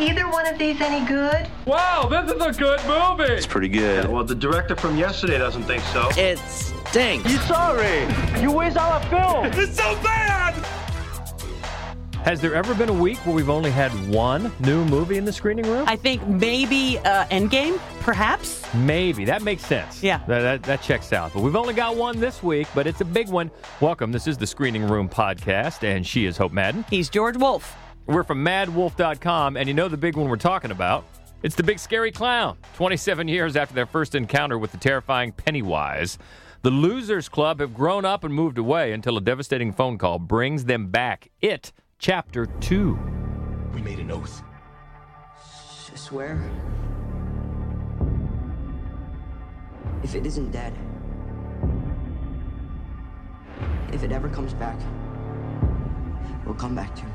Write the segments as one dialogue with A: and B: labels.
A: either one of these any good?
B: Wow, this is a good movie.
C: Pretty good.
D: Well, the director from yesterday doesn't think so.
E: It stinks.
B: Has there ever been a week where we've only had one new movie in the screening room?
E: I think maybe uh, Endgame, perhaps.
B: Maybe. That makes sense.
E: Yeah.
B: That, that, that checks out. But we've only got one this week, but it's a big one. Welcome. This is the Screening Room Podcast, and she is Hope Madden.
E: He's George Wolf.
B: We're from madwolf.com, and you know the big one we're talking about. It's the big scary clown. 27 years after their first encounter with the terrifying Pennywise, the Losers Club have grown up and moved away until a devastating phone call brings them back. It, Chapter 2.
F: We made an oath.
G: I swear. If it isn't dead, if it ever comes back, we'll come back to it.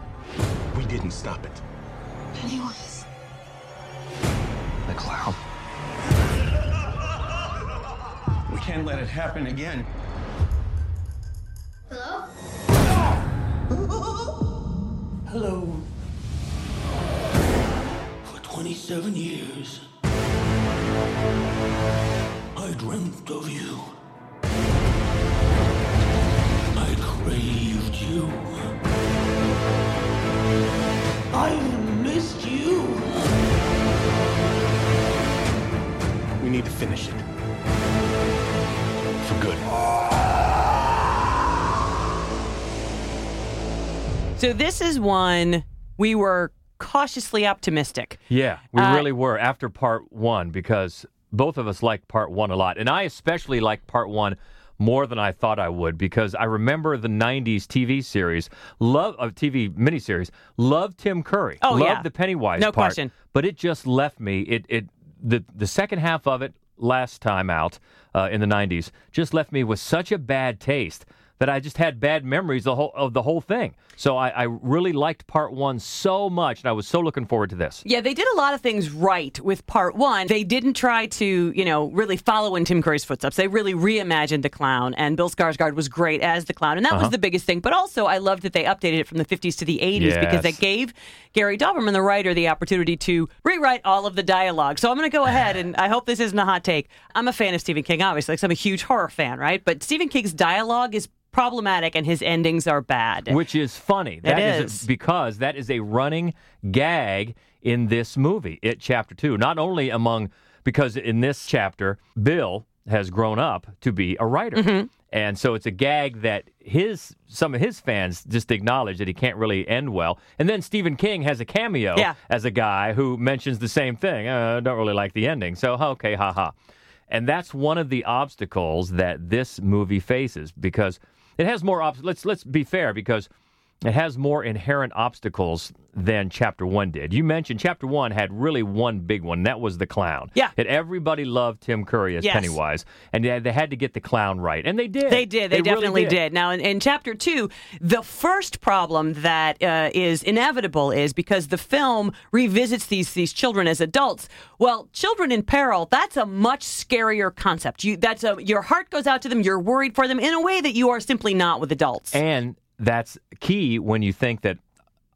F: We didn't stop it.
G: Pennywise.
F: The clown. We can't let it happen again.
G: Hello.
F: For 27 years, I dreamt of you. I craved you. I missed you. We need to finish it. For good.
E: So this is one we were cautiously optimistic.
B: Yeah, we
E: Uh,
B: really were after part one because both of us liked part one a lot. And I especially liked part one more than I thought I would because I remember the 90s TV series, love of TV miniseries, love Tim Curry.
E: Oh,
B: love
E: yeah.
B: the Pennywise
E: No
B: part.
E: question.
B: But it just left me. It, it the, the second half of it last time out uh, in the 90s just left me with such a bad taste. That I just had bad memories the whole, of the whole thing. So I, I really liked part one so much, and I was so looking forward to this.
E: Yeah, they did a lot of things right with part one. They didn't try to, you know, really follow in Tim Curry's footsteps. They really reimagined the clown, and Bill Skarsgård was great as the clown, and
B: Uh-huh.
E: that was the biggest thing. But also, I loved that they updated it from the 50s to the 80s
B: Yes.
E: because that gave Gary Doberman, the writer, the opportunity to rewrite all of the dialogue. So I'm going to go ahead, and I hope this isn't a hot take. I'm a fan of Stephen King, obviously, because I'm a huge horror fan, right? But Stephen King's dialogue is problematic, and his endings are bad.
B: Which is funny. That
E: is.
B: because that is a running gag in this movie, it chapter two. Not only among because in this chapter, Bill has grown up to be a writer.
E: Mm-hmm.
B: And so it's a gag that his some of his fans just acknowledge that he can't really end well. And then Stephen King has a cameo
E: Yeah.
B: as a guy who mentions the same thing. Uh, I don't really like the ending. So okay, haha. And that's one of the obstacles that this movie faces because it has more obstacles. Let's let's be fair because it has more inherent obstacles than chapter one did. You mentioned chapter one had really one big one. and That was the clown.
E: Yeah.
B: And everybody loved Tim Curry as
E: Yes.
B: Pennywise, and they they had to get the clown right, and they did.
E: They did. They,
B: really
E: definitely did. Now, in, in chapter two, the first problem that uh, is inevitable is because the film revisits these these children as adults. Well, children in peril. That's a much scarier concept. You that's a your heart goes out to them. You're worried for them in a way that you are simply not with adults.
B: And that's key when you think that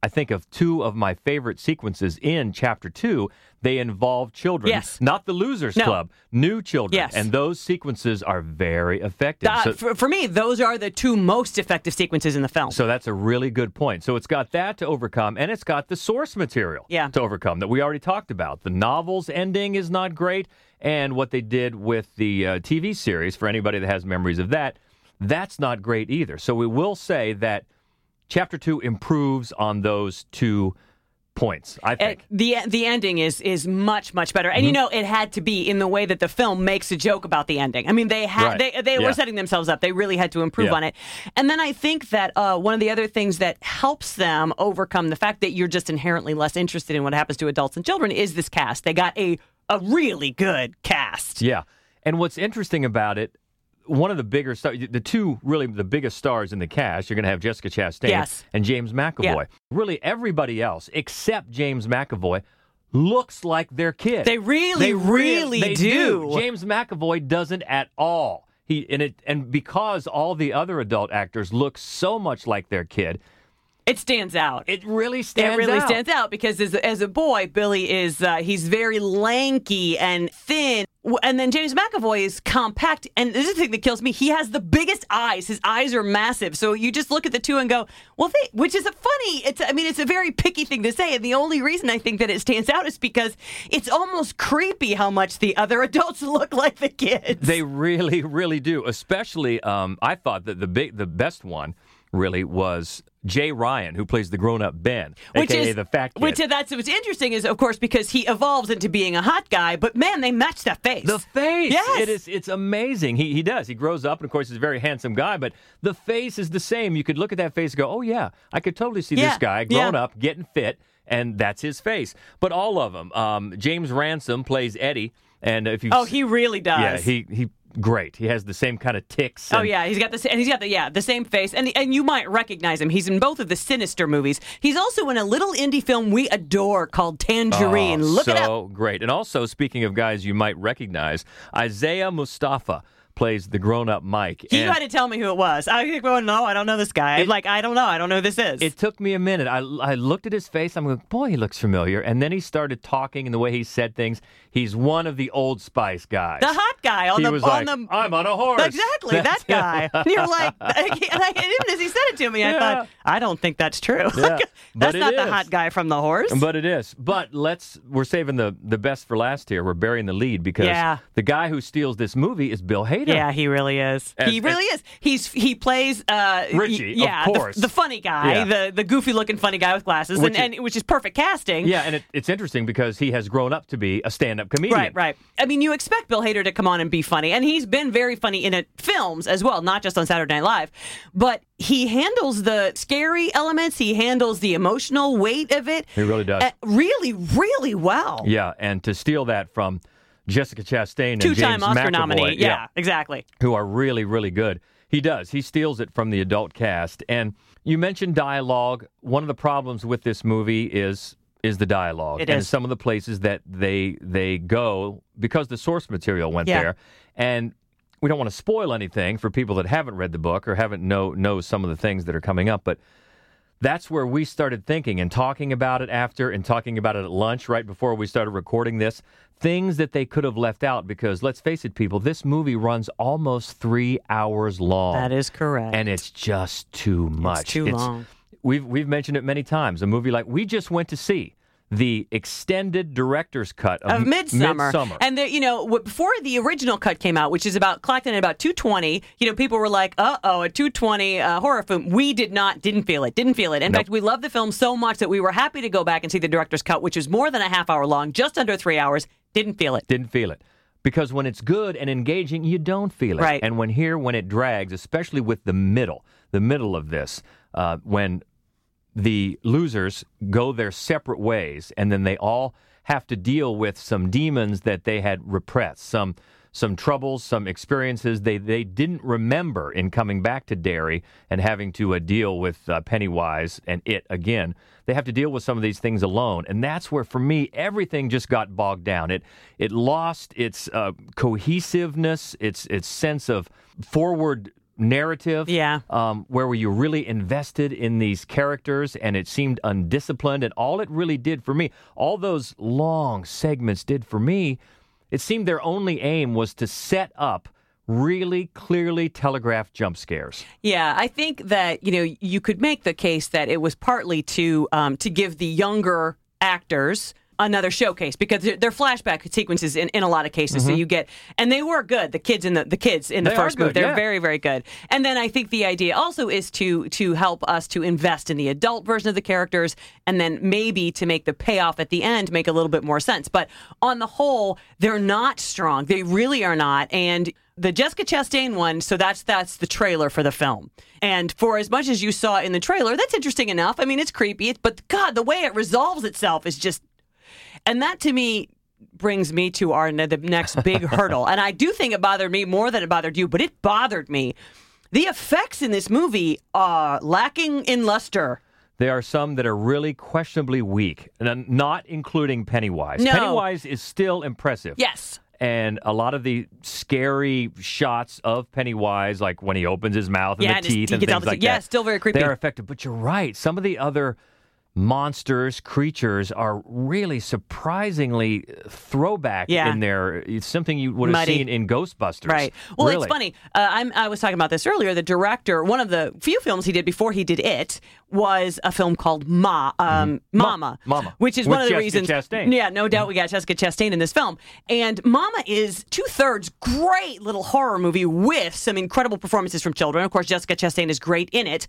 B: I think of two of my favorite sequences in chapter two. They involve children.
E: Yes.
B: Not the Losers
E: No.
B: Club, new children.
E: Yes.
B: And those sequences are very effective.
E: Uh,
B: So-
E: for, for me, those are the two most effective sequences in the film.
B: So that's a really good point. So it's got that to overcome, and it's got the source material
E: Yeah.
B: to overcome that we already talked about. The novel's ending is not great, and what they did with the uh, TV series, for anybody that has memories of that, that's not great either. So we will say that chapter two improves on those two points, I
E: Uh,
B: think.
E: the the ending is is much much better, and you
B: Mm-hmm.
E: know it had to be in the way that the film makes a joke about the ending. I mean, they had
B: Right.
E: they they
B: Yeah.
E: were setting themselves up. They really had to improve
B: Yeah.
E: on it. And then I think that uh, one of the other things that helps them overcome the fact that you're just inherently less interested in what happens to adults and children is this cast. They got a a really good cast.
B: Yeah. And what's interesting about it, one of the bigger stars, the two really the biggest stars in the cast, you're going to have Jessica Chastain
E: Yes.
B: and James McAvoy.
E: Yeah.
B: Really, everybody else except James McAvoy looks like their kid.
E: They really, really
B: they
E: do.
B: James McAvoy doesn't at all. He and it and because all the other adult actors look so much like their kid,
E: It stands out.
B: It really stands
E: it really
B: out.
E: stands out because as, as a boy, Billy is uh, he's very lanky and thin. W- And then James McAvoy is compact. And this is the thing that kills me. He has the biggest eyes. His eyes are massive. So you just look at the two and go, well, they, which is a funny. It's I mean, it's a very picky thing to say. And the only reason I think that it stands out is because it's almost creepy how much the other adults look like the kids.
B: They really, really do. Especially, um, I thought that the big, the best one really was Jay Ryan, who plays the grown-up Ben, aka the fat kid.
E: Which that's what's interesting is, of course, because he evolves into being a hot guy. But man, they match that face.
B: the face.
E: Yes.
B: It is it's amazing. He he does. He grows up and of course he's a very handsome guy, but the face is the same. You could look at that face and go, "Oh yeah, I could totally see
E: Yeah,
B: this guy grown
E: yeah.
B: up, getting fit, and that's his face." But all of them. Um, James Ransom plays Eddie, and if you
E: Oh, he really does.
B: Yeah, he he great. He has the same kind of ticks.
E: Oh
B: and-
E: yeah, he's got the sa- and he's got the yeah the same face and and you might recognize him. He's in both of the Sinister movies. He's also in a little indie film we adore called Tangerine.
B: Oh,
E: Look
B: so
E: it up.
B: great. And also, speaking of guys you might recognize, Isaiah Mustafa plays the grown-up Mike.
E: You
B: and
E: had to tell me who it was. I think, well, no, I don't know this guy.
B: It-
E: like, I don't know. I don't know who this is.
B: it took me a minute. I, I looked at his face. I'm going, boy, he looks familiar. And then he started talking and the way he said things. He's one of the Old Spice guys.
E: the hot guy on
B: he
E: the
B: was
E: on
B: like,
E: the
B: I'm on a horse.
E: exactly that guy. And You're like, I can't- and I, and even as he said it to me, I
B: Yeah.
E: thought I don't think that's true.
B: Yeah, but
E: that's
B: it
E: not the
B: is.
E: hot guy from the horse.
B: But it is. But let's we're saving the the best for last here. We're burying the lead because
E: Yeah.
B: the guy who steals this movie is Bill Hader.
E: Yeah, he really is.
B: As-
E: he
B: as-
E: really is. He's he plays uh,
B: Richie, of
E: yeah, the-
B: course.
E: the, funny guy,
B: Yeah.
E: the the goofy looking funny guy with glasses,
B: Which
E: and,
B: is-
E: and which is perfect casting.
B: Yeah, and it, it's interesting because he has grown up to be a stand-up comedian.
E: Right, right. I mean, you expect Bill Hader to come on and be funny, and he's been very funny in it, films as well, not just on Saturday Night Live. But he handles the scary elements, he handles the emotional weight of it.
B: He really does.
E: uh, really, really well.
B: Yeah, and to steal that from Jessica Chastain and
E: Two-time
B: James
E: Oscar
B: McAvoy,
E: nominee. yeah, exactly.
B: who are really really good. He does. He steals it from the adult cast. And you mentioned dialogue. One of the problems with this movie is is the dialogue
E: It
B: and
E: is.
B: some of the places that they they go because the source material went
E: Yeah.
B: there. And we don't want to spoil anything for people that haven't read the book or haven't know know some of the things that are coming up, but that's where we started thinking and talking about it after and talking about it at lunch right before we started recording this. Things that they could have left out because let's face it, people, this movie runs almost three hours long.
E: That is correct.
B: And it's just too much.
E: too long.
B: We've we've mentioned it many times. A movie like we just went to see the extended director's cut of,
E: of
B: M-
E: Midsummer.
B: Midsommar.
E: And the, you know, w- before the original cut came out, which is about clocked in at about 2:20, you know, people were like, "Uh-oh, a 2:20 uh, horror film." We did not didn't feel it. Didn't feel it. In fact, we loved the film so much that we were happy to go back and see the director's cut, which is more than a half hour long, just under 3 hours. Didn't feel it.
B: Didn't feel it. Because when it's good and engaging, you don't feel it.
E: Right.
B: And when here, when it drags, especially with the middle, the middle of this, uh, when the losers go their separate ways, and then they all have to deal with some demons that they had repressed, some some troubles, some experiences they, they didn't remember in coming back to Derry and having to uh, deal with uh, Pennywise and it again. They have to deal with some of these things alone, and that's where for me everything just got bogged down. It it lost its uh, cohesiveness, its its sense of forward narrative
E: Yeah.
B: um, where were you really invested in these characters and it seemed undisciplined and all it really did for me all those long segments did for me it seemed their only aim was to set up really clearly telegraphed jump scares
E: Yeah, I think that you know you could make the case that it was partly to um, to give the younger actors another showcase because they're, they're flashback sequences in, in a lot of cases. So you get and they were good. The kids in the the kids in the
B: Mm-hmm. They are
E: first movie
B: good,
E: they're
B: yeah.
E: very very good. And then I think the idea also is to to help us to invest in the adult version of the characters and then maybe to make the payoff at the end make a little bit more sense. But on the whole, they're not strong. They really are not. And the Jessica Chastain one, so that's that's the trailer for the film. And for as much as you saw in the trailer, that's interesting enough. I mean, it's creepy, it's, but God, the way it resolves itself is just, and that to me brings me to our ne- the next big hurdle. And I do think it bothered me more than it bothered you, but it bothered me. The effects in this movie are lacking in luster.
B: there are some that are really questionably weak and I'm not including pennywise
E: No.
B: pennywise is still impressive
E: Yes.
B: And a lot of the scary shots of Pennywise, like when he opens his mouth and
E: Yeah,
B: the
E: and his
B: teeth
E: teeth
B: and
E: gets
B: things
E: out the-
B: like
E: yeah,
B: that,
E: still very creepy.
B: They're effective. But you're right. Some of the other monsters, creatures are really surprisingly uh, throwback
E: Yeah.
B: in there. It's something you would have
E: Muddy.
B: seen in Ghostbusters.
E: Right. Well,
B: Really.
E: it's funny. Uh, I'm, I was talking about this earlier. The director, one of the few films he did before he did it, was a film called Ma, um, Mama,
B: Mm-hmm. Mama.
E: which is
B: With
E: one of the
B: Jessica
E: reasons.
B: Chastain.
E: Yeah, no doubt we got Jessica Chastain in this film, and Mama is two thirds great little horror movie with some incredible performances from children. Of course, Jessica Chastain is great in it.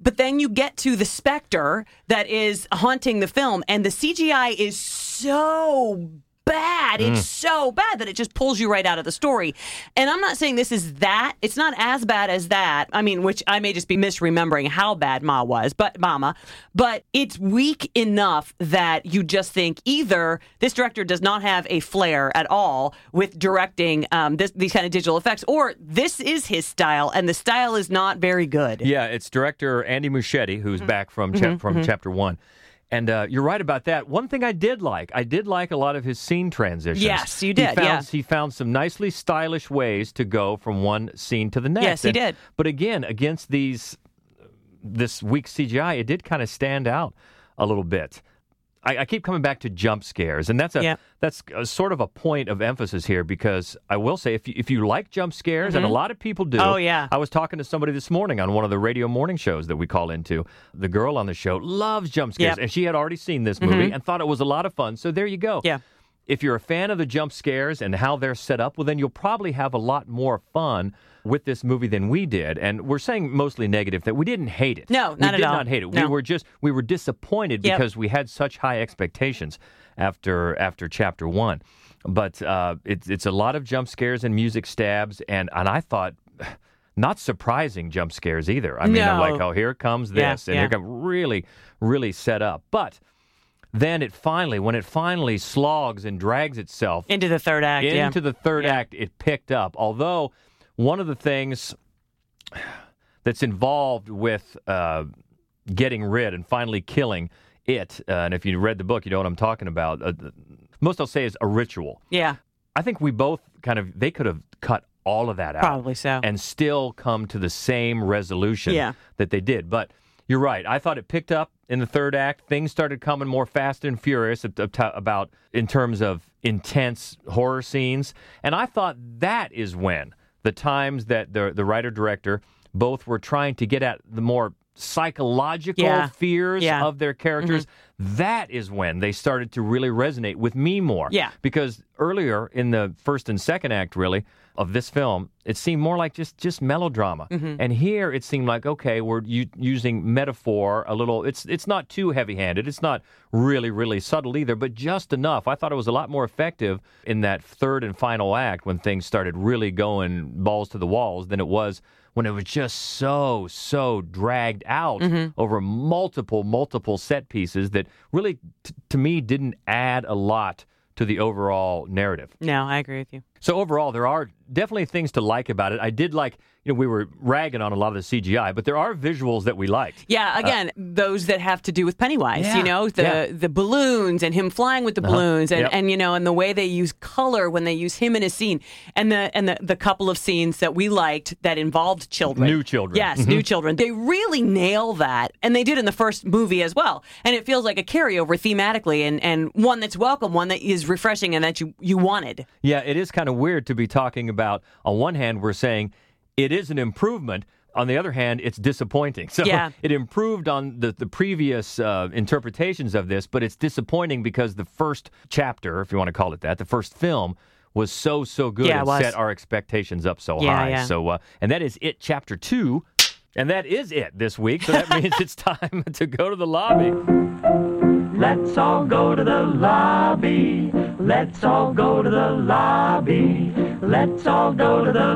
E: But then you get to the specter that is haunting the film, and the CGI is so bad.
B: Mm.
E: It's so bad that it just pulls you right out of the story. And I'm not saying this is that. It's not as bad as that. I mean, which I may just be misremembering how bad Ma was, but Mama, but it's weak enough that you just think either this director does not have a flair at all with directing um, this, these kind of digital effects, or this is his style, and the style is not very good.
B: Yeah, it's director Andy Muschietti who's
E: Mm-hmm.
B: back from chap- from chapter one, and uh, you're right about that. One thing I did like, I did like a lot of his scene transitions.
E: Yes, you
B: He
E: did,
B: found,
E: yeah.
B: He found some nicely stylish ways to go from one scene to the next.
E: Yes, he
B: And-
E: did.
B: But again, against these this weak CGI, it did kind of stand out a little bit. I, I keep coming back to jump scares, and that's a
E: Yeah.
B: that's a, sort of a point of emphasis here because I will say if you, if you like jump scares, and a lot of people do.
E: Oh, yeah.
B: I was talking to somebody this morning on one of the radio morning shows that we call into. The girl on the show loves jump scares,
E: Yep. Mm-hmm.
B: and she had already seen this movie and thought it was a lot of fun. So there you go.
E: Yeah.
B: If you're a fan of the jump scares and how they're set up, well, then you'll probably have a lot more fun with this movie than we did. And we're saying mostly negative that we didn't hate it.
E: No,
B: we
E: not at
B: did
E: all.
B: not hate it. We
E: No.
B: were just we were disappointed
E: Yep.
B: because we had such high expectations after after chapter one. But uh, it's it's a lot of jump scares and music stabs, and and I thought. Not surprising jump scares either. I mean, I'm like,
E: No.
B: oh, here comes
E: Yeah,
B: this, and
E: yeah.
B: here comes really, really set up. But then it finally, when it finally slogs and drags itself
E: Into the third act. yeah.
B: into the third act, it picked up. Although one of the things that's involved with uh, getting rid and finally killing it, uh, and if you read the book, you know what I'm talking about. Uh, the- most I'll say is a ritual.
E: yeah.
B: I think we both kind of they could have cut all of that out,
E: Probably so.
B: and still come to the same resolution
E: Yeah.
B: that they did. But you're right. I thought it picked up in the third act. Things started coming more fast and furious ab- ab- about in terms of intense horror scenes, and I thought that is when the times that the the writer director both were trying to get at the more psychological
E: Yeah.
B: fears
E: Yeah. Mm-hmm.
B: of their characters that is when they started to really resonate with me more
E: Yeah.
B: because earlier in the first and second act really of this film it seemed more like just just melodrama and here it seemed like okay we're u- using metaphor a little it's it's not too heavy-handed it's not really really subtle either but just enough i thought it was a lot more effective in that third and final act when things started really going balls to the walls than it was when it was just so so dragged out over multiple multiple set pieces that really t- to me didn't add a lot to the overall narrative.
E: No, I agree with you.
B: So overall, there are definitely things to like about it. I did like, you know, we were ragging on a lot of the CGI, but there are visuals that we liked.
E: Yeah, again, those that have to do with Pennywise,
B: Uh, Yeah,
E: you know, the
B: yeah. Uh-huh.
E: the balloons and him flying with the balloons and,
B: yep.
E: and you know, and the way they use color when they use him in a scene. And the and the, the couple of scenes that we liked that involved children.
B: New children. Mm-hmm.
E: Yes, new children. They really nail that. And they did in the first movie as well. And it feels like a carryover thematically and, and one that's welcome, one that is refreshing and that you, you wanted.
B: Yeah, it is kind of weird to be talking about. On one hand, we're saying it is an improvement. On the other hand, it's disappointing. So
E: Yeah.
B: it improved on the, the previous uh, interpretations of this, but it's disappointing because the first chapter, if you want to call it that, the first film was so, so good
E: Yeah, it
B: and
E: was.
B: set our expectations up so
E: Yeah,
B: high.
E: yeah.
B: So, uh, and that is it, chapter two. And that is it this week. So that means it's time to go to the lobby.
F: Let's all go to the lobby. Let's all go to the lobby. Let's all go to the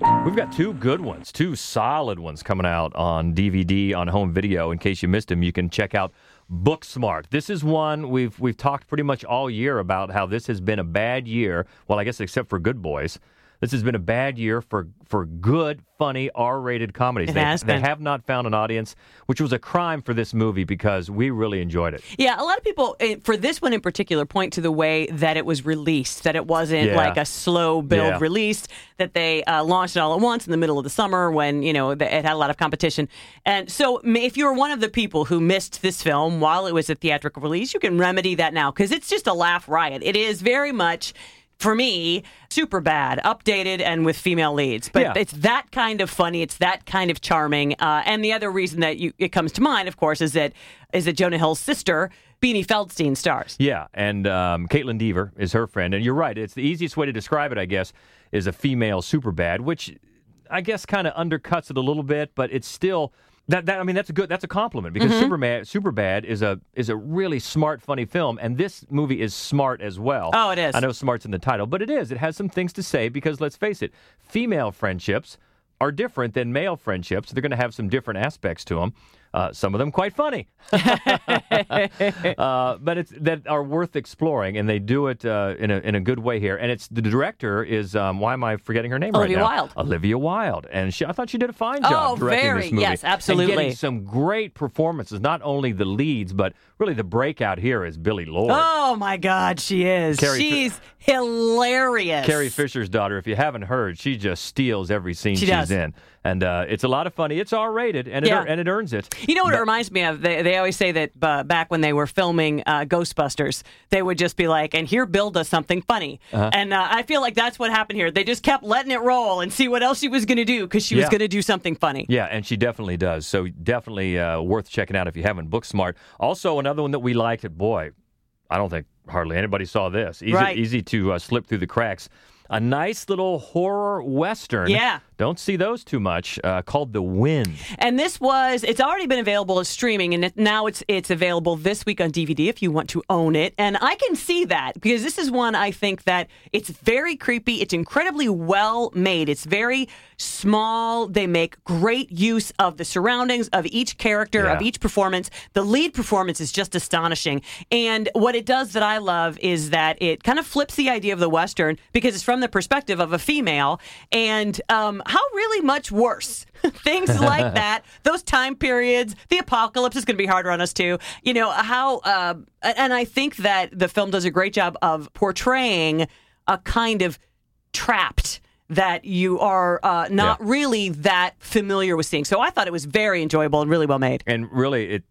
F: lobby.
B: We've got two good ones, two solid ones coming out on DVD, on home video. In case you missed them, you can check out Booksmart. This is one we've we've talked pretty much all year about how this has been a bad year. Well, I guess except for Good Boys. This has been a bad year for for good, funny, R-rated comedies.
E: It
B: they,
E: has
B: they
E: been.
B: have not found an audience, which was a crime for this movie because we really enjoyed it.
E: Yeah, a lot of people eh, for this one in particular point to the way that it was released, that it wasn't
B: Yeah.
E: like a slow build
B: Yeah.
E: release, that they uh, launched it all at once in the middle of the summer when you know the, it had a lot of competition. And so, m- if you're one of the people who missed this film while it was a theatrical release, you can remedy that now because it's just a laugh riot. It is very much. For me, super bad, updated and with female leads. But
B: Yeah.
E: it's that kind of funny. It's that kind of charming. Uh, and the other reason that you, it comes to mind, of course, is that is that Jonah Hill's sister Beanie Feldstein stars.
B: Yeah, and um, Caitlin Deaver is her friend, and you're right. It's the easiest way to describe it, I guess, is a female superbad, which I guess kind of undercuts it a little bit, but it's still that, that. I mean, that's a good, that's a compliment because
E: Mm-hmm.
B: Superman, Superbad is a is a really smart, funny film, and this movie is smart as well.
E: Oh, it is.
B: I know smart's in the title, but it is. It has some things to say because let's face it, female friendships are different than male friendships. They're going to have some different aspects to them. Uh, some of them quite funny uh, but it's that are worth exploring, and they do it uh, in a in a good way here. And it's the director is um, why am I forgetting her name
E: Olivia
B: right now?
E: Wilde.
B: Olivia Wilde, and she, I thought she did a fine
E: Oh,
B: job directing
E: very.
B: this movie.
E: Yes,
B: And
E: absolutely.
B: getting some great performances, not only the leads, but really the breakout here is Billy Lord.
E: Oh my God, she is.
B: Carrie Fi-
E: She's hilarious.
B: Carrie Fisher's daughter, if you haven't heard, she just steals every scene
E: She
B: she's
E: does.
B: in, and uh, it's a lot of funny. It's R rated, and
E: Yeah.
B: it, and it earns it.
E: You know what it reminds me of? They, they always say that uh, back when they were filming uh, Ghostbusters, they would just be like, and here Bill does something funny. And uh, I feel like that's what happened here. They just kept letting it roll and see what else she was going to do because she was
B: Yeah.
E: going to do something funny.
B: Yeah, and she definitely does. So definitely uh, worth checking out if you haven't. Book Smart. Also, another one that we liked. Boy, I don't think hardly anybody saw this. Easy,
E: Right.
B: easy to uh, slip through the cracks. A nice little horror western.
E: Yeah.
B: Don't see those too much. Uh, called The Wind.
E: And this was it's already been available as streaming and it, now it's it's available this week on DVD if you want to own it. And I can see that because this is one I think that it's very creepy, it's incredibly well made. It's very small. They make great use of the surroundings of each character, of
B: Yeah.
E: each performance. The lead performance is just astonishing. And what it does that I love is that it kind of flips the idea of the western because it's from the perspective of a female and um, how really much worse things like that, those time periods, the apocalypse is going to be harder on us too. You know how, uh, and I think that the film does a great job of portraying a kind of trapped that you are uh, not
B: Yeah.
E: really that familiar with seeing. So I thought it was very enjoyable and really well made.
B: And really, it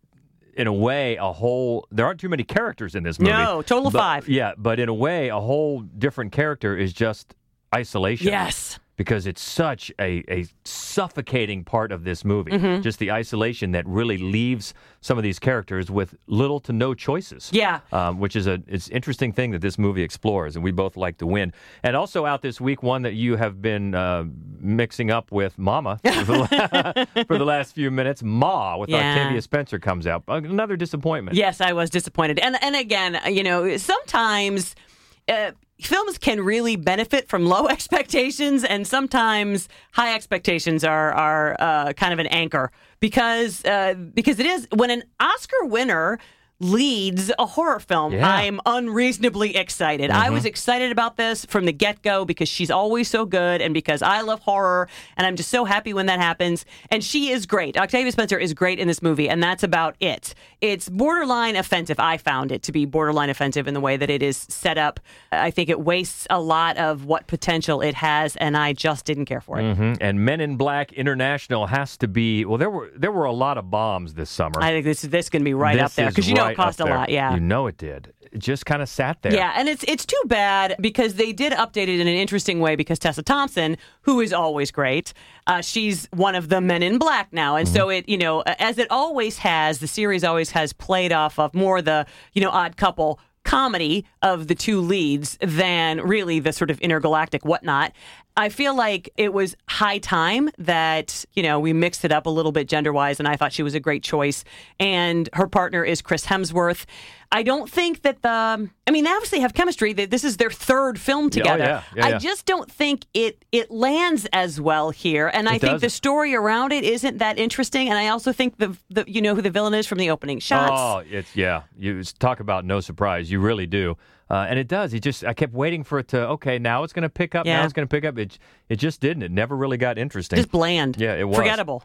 B: in a way a whole. There aren't too many characters in this movie.
E: No, total of
B: But-
E: five.
B: Yeah, but in a way, a whole different character is just isolation.
E: Yes.
B: because it's such a, a suffocating part of this movie.
E: Mm-hmm.
B: Just the isolation that really leaves some of these characters with little to no choices.
E: Yeah.
B: Um, which is a it's interesting thing that this movie explores, and we both like the win. And also out this week, one that you have been uh, mixing up with Mama for the, la- for the last few minutes, Ma with
E: Yeah.
B: Octavia Spencer comes out. Another disappointment.
E: Yes, I was disappointed. And and again, uh, you know, sometimes uh, films can really benefit from low expectations, and sometimes high expectations are are uh, kind of an anchor because uh, because it is when an Oscar winner leads a horror film
B: Yeah. Mm-hmm.
E: i'm unreasonably excited i was excited about this from the get-go because she's always so good and because i love horror and i'm just so happy when that happens and she is great octavia spencer is great in this movie and that's about it it's borderline offensive i found it to be borderline offensive in the way that it is set up i think it wastes a lot of what potential it has and i just didn't care for it
B: Mhm. And Men in Black International has to be well. There were there were a lot of bombs this summer.
E: i think this, this is going to be right up
B: This
E: there
B: is
E: because you know
B: right
E: it cost a
B: up there.
E: lot yeah
B: You know it did. It just kind of sat there.
E: Yeah, and it's it's too bad because they did update it in an interesting way because Tessa Thompson, who is always great, uh, she's one of the Men in Black now, and so it you know as it always has, the series always has played off of more the you know odd couple comedy of the two leads than really the sort of intergalactic whatnot. I feel like it was high time that, you know, we mixed it up a little bit gender wise, and I thought she was a great choice. And her partner is Chris Hemsworth. I don't think that the, I mean, they obviously have chemistry. They- This is their third film together.
B: yeah. Yeah,
E: I
B: yeah.
E: just don't think it it lands as well here. And I think the
B: doesn't.
E: story around it isn't that interesting. And I also think the, the you know, who the villain is from the opening shots.
B: Oh, it's yeah. You s- talk about no surprise. You really do. Uh, and it does. He just I kept waiting for it to okay. Now it's going to pick up. Now
E: Yeah.
B: it's going to pick up. It it just didn't. It never really got interesting.
E: Just bland.
B: Yeah, it was.
E: Forgettable.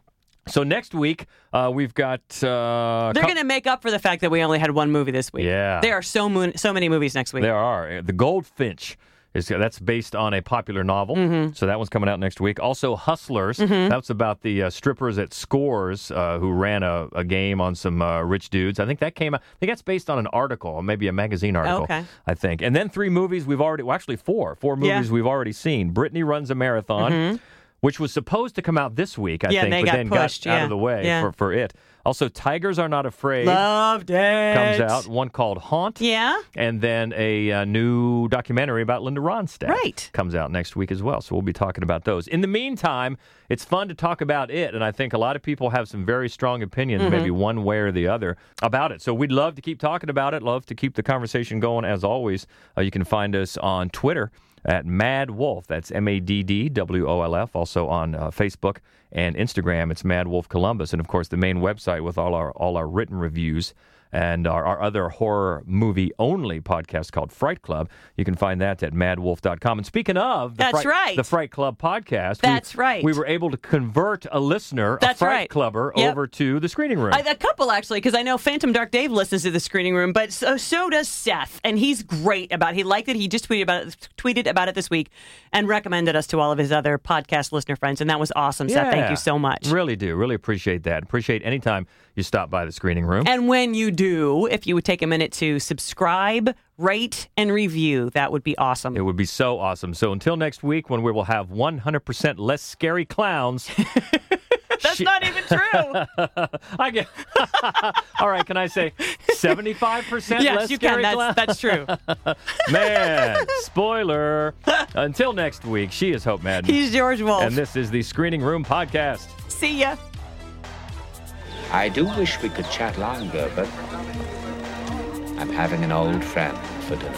B: so next week uh, we've got. Uh,
E: They're
B: co-
E: going to make up for the fact that we only had one movie this week.
B: Yeah.
E: There are so, moon- so many movies next week.
B: There are the Goldfinch. Is, that's based on a popular novel,
E: Mm-hmm.
B: so that one's coming out next week. Also, Hustlers. That's about the uh, strippers at Scores uh, who ran a, a game on some uh, rich dudes. I think that came. out I think that's based on an article, or maybe a magazine article.
E: Oh, Okay.
B: I think. And then three movies we've already. Well, actually, four. Four
E: Yeah. Mm-hmm.
B: movies we've already seen. Brittany runs a marathon. Which was supposed to come out this week, I
E: Yeah,
B: think,
E: they
B: but
E: got
B: then
E: pushed,
B: got out
E: yeah.
B: of the way
E: Yeah.
B: for, for it. Also, Tigers Are Not Afraid
E: Loved it.
B: comes out. One called Haunt
E: Yeah.
B: and then a uh, new documentary about Linda Ronstadt
E: Right.
B: comes out next week as well. So we'll be talking about those. In the meantime, it's fun to talk about it, and I think a lot of people have some very strong opinions, maybe one way or the other, about it. So we'd love to keep talking about it. Love to keep the conversation going. As always, uh, you can find us on Twitter. At Mad Wolf. That's M A D D W O L F. Also on uh, Facebook and Instagram, it's Mad Wolf Columbus. And of course, the main website with all our all our written reviews and our, our other horror movie only podcast called Fright Club. You can find that at madwolf.com. And speaking of the,
E: That's
B: Fright,
E: right.
B: the Fright Club podcast,
E: That's
B: we,
E: right.
B: We were able to convert a listener,
E: That's
B: a Fright
E: right.
B: Clubber,
E: Yep.
B: over to the screening room.
E: I, a couple actually, because I know Phantom Dark Dave listens to the screening room, but so so does Seth, and he's great about. It. He liked it. He just tweeted about it, tweeted about it this week, and recommended us to all of his other podcast listener friends, and that was awesome. Seth, thank
B: Yeah.
E: you so much.
B: Really do. Really appreciate that. Appreciate any time you stop by the screening room.
E: And when you do, if you would take a minute to subscribe, rate, and review, that would be awesome.
B: it would be so awesome. So until next week, when we will have 100% less scary clowns.
E: That's not e even true.
B: I get. All right, can I say 75%
E: yes,
B: less
E: you
B: scary
E: can. That's,
B: clowns?
E: that's true.
B: Man, spoiler. Until next week, she is Hope Madden.
E: He's George Wolf.
B: and this is the Screening Room Podcast.
E: See ya.
C: I do wish we could chat longer, but I'm having an old friend for dinner.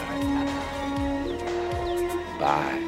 C: Bye.